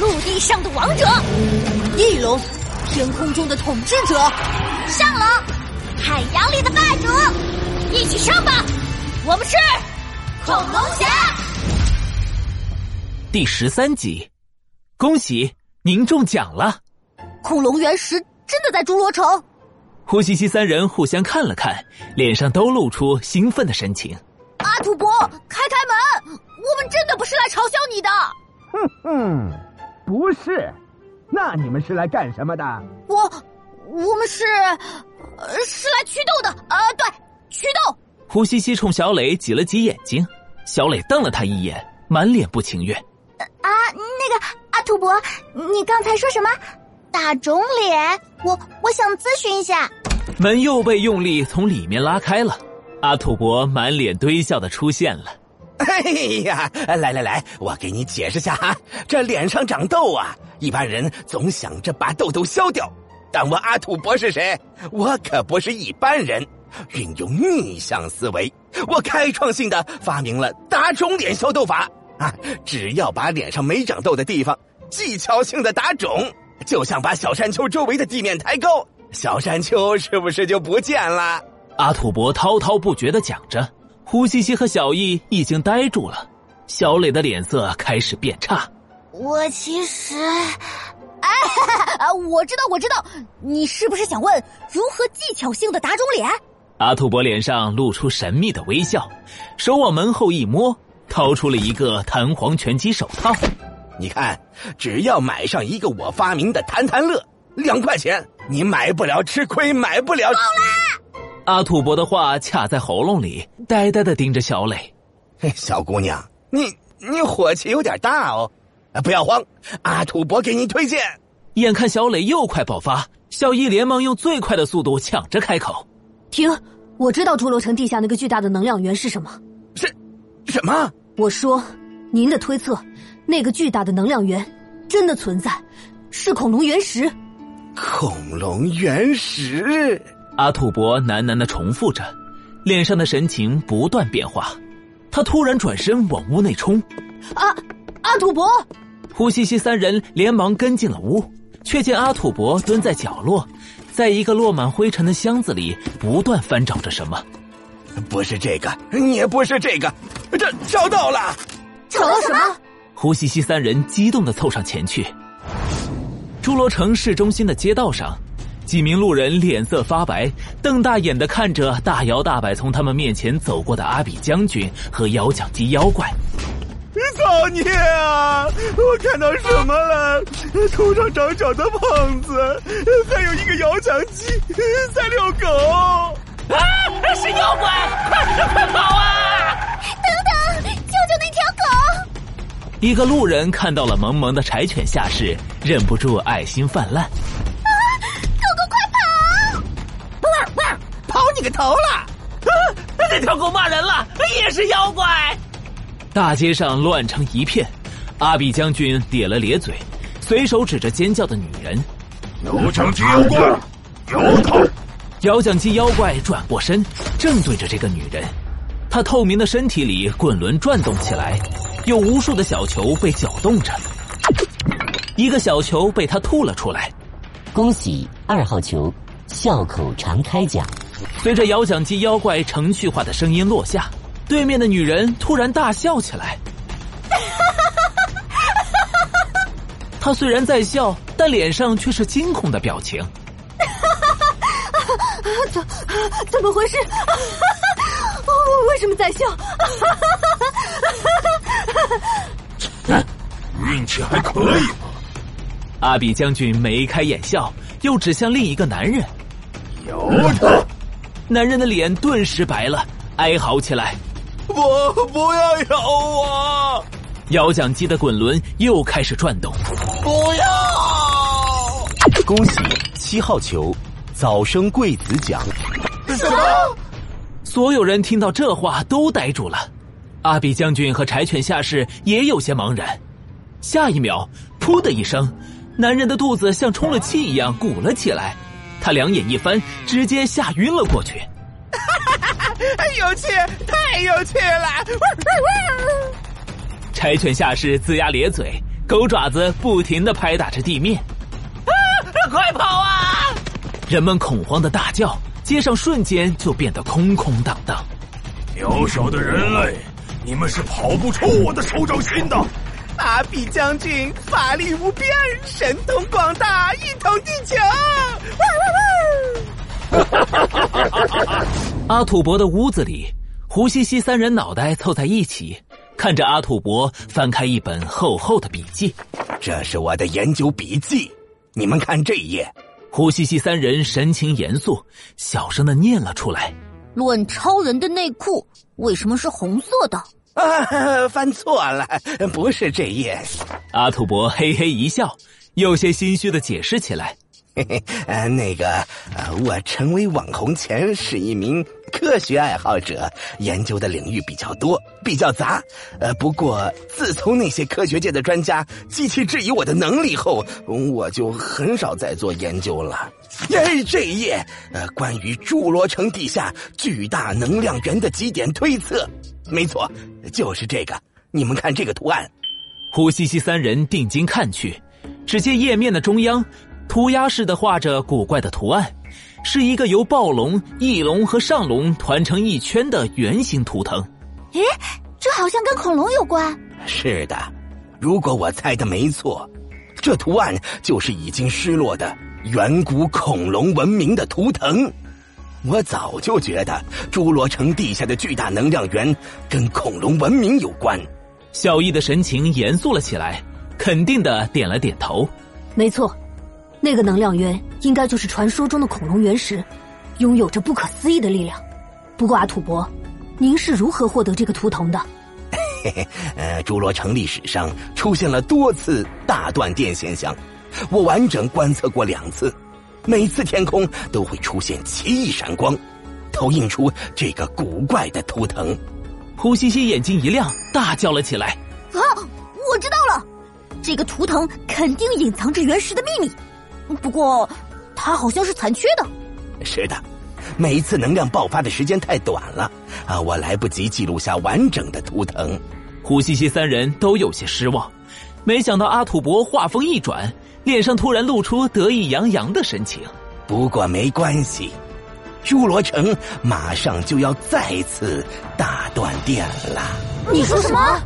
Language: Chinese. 陆地上的王者，翼龙，天空中的统治者，上龙，海洋里的霸主，一起上吧！我们是恐龙侠。第十三集，恭喜您中奖了！恐龙原石真的在侏罗城。呼西西三人互相看了看，脸上都露出兴奋的神情。阿土伯，开开门！我们真的不是来嘲笑你的。哼哼，嗯不是，那你们是来干什么的？我，我们是，呃，是来驱动的。呃，对，驱动。胡西西冲小磊挤了挤眼睛，小磊瞪了他一眼，满脸不情愿。啊，那个阿土伯，你刚才说什么？打肿脸？我我想咨询一下。门又被用力从里面拉开了，阿土伯满脸堆笑的出现了。哎呀，来来来，我给你解释下啊，这脸上长痘啊，一般人总想着把痘痘消掉，但我阿土伯是谁？我可不是一般人，运用逆向思维，我开创性的发明了打肿脸消痘法啊！只要把脸上没长痘的地方技巧性的打肿，就像把小山丘周围的地面抬高，小山丘是不是就不见了？阿土伯滔滔不绝的讲着。胡西西和小易已经呆住了，小磊的脸色开始变差。我其实， 哎，我知道，我知道，你是不是想问如何技巧性的打肿脸？阿土伯脸上露出神秘的微笑，手往门后一摸，掏出了一个弹簧拳击手套。你看，只要买上一个我发明的弹弹乐，两块钱，你买不了吃亏，买不了。够啦！阿土伯的话卡在喉咙里，呆呆的盯着小磊。小姑娘，你你火气有点大哦，不要慌，阿土伯给你推荐。眼看小磊又快爆发，小易连忙用最快的速度抢着开口：“停！我知道侏罗城地下那个巨大的能量源是什么。是，什么？我说，您的推测，那个巨大的能量源真的存在，是恐龙原石。恐龙原石。”阿土伯喃喃的重复着，脸上的神情不断变化。他突然转身往屋内冲。啊，阿土伯！胡西西三人连忙跟进了屋，却见阿土伯蹲在角落，在一个落满灰尘的箱子里不断翻找着什么。不是这个，也不是这个，这找到了！找到什么？胡西西三人激动的凑上前去。侏罗城市中心的街道上。几名路人脸色发白，瞪大眼的看着大摇大摆从他们面前走过的阿比将军和摇奖机妖怪。造孽啊！我看到什么了？头上长角的胖子，还有一个摇奖机，三遛狗。啊！是妖怪！快快跑啊！等等， 救救那条狗！一个路人看到了萌萌的柴犬下士，忍不住爱心泛啊滥。啊跑你个头了！啊，那条狗骂人了，也是妖怪。大街上乱成一片，阿比将军咧了咧嘴，随手指着尖叫的女人：“摇奖机妖怪，摇头！”摇奖机妖怪转过身，正对着这个女人。他透明的身体里滚轮转动起来，有无数的小球被搅动着。一个小球被他吐了出来。恭喜二号球，笑口常开奖。随着摇奖机妖怪程序化的声音落下，对面的女人突然大笑起来。她虽然在笑，但脸上却是惊恐的表情。怎 怎么回事？我为什么在笑？运气还可以吧？阿比将军眉开眼笑，又指向另一个男人。摇他！男人的脸顿时白了，哀嚎起来：“我不要咬我！”摇奖机的滚轮又开始转动。不要！恭喜七号球，早生贵子奖。什么？所有人听到这话都呆住了。阿比将军和柴犬下士也有些茫然。下一秒，噗的一声，男人的肚子像充了气一样鼓了起来。他两眼一翻，直接吓晕了过去。有趣，太有趣了！柴犬下士龇牙咧嘴，狗爪子不停地拍打着地面。啊快跑啊！人们恐慌的大叫，街上瞬间就变得空空荡荡。渺小的人类，你们是跑不出我的手掌心的。阿比将军法力无边，神通广大，一统地球。阿土伯的屋子里，胡西西三人脑袋凑在一起，看着阿土伯翻开一本厚厚的笔记。这是我的研究笔记，你们看这一页。胡西西三人神情严肃，小声的念了出来。论超人的内裤为什么是红色的？啊，翻错了，不是这页。阿土伯嘿嘿一笑，有些心虚的解释起来。嘿嘿，呃，那个，呃，我成为网红前是一名科学爱好者，研究的领域比较多，比较杂。呃，不过自从那些科学界的专家极其质疑我的能力后，我就很少再做研究了。哎，这一页，呃，关于侏罗城地下巨大能量源的极点推测，没错，就是这个。你们看这个图案。胡西西三人定睛看去，只见页面的中央。涂鸦似的画着古怪的图案，是一个由暴龙、翼龙和上龙团成一圈的圆形图腾。诶，这好像跟恐龙有关。是的，如果我猜的没错，这图案就是已经失落的远古恐龙文明的图腾。我早就觉得侏罗城地下的巨大能量源跟恐龙文明有关。小易的神情严肃了起来，肯定的点了点头。没错。那个能量源应该就是传说中的恐龙原石，拥有着不可思议的力量。不过阿土伯，您是如何获得这个图腾的？嘿嘿，呃，侏罗城历史上出现了多次大断电现象，我完整观测过两次，每次天空都会出现奇异闪光，投映出这个古怪的图腾。胡西西眼睛一亮，大叫了起来：“啊，我知道了！这个图腾肯定隐藏着原石的秘密。”不过，它好像是残缺的。是的，每一次能量爆发的时间太短了啊，我来不及记录下完整的图腾。胡西西三人都有些失望，没想到阿土伯话锋一转，脸上突然露出得意洋洋的神情。不过没关系，侏罗城马上就要再次大断电了。你说什么？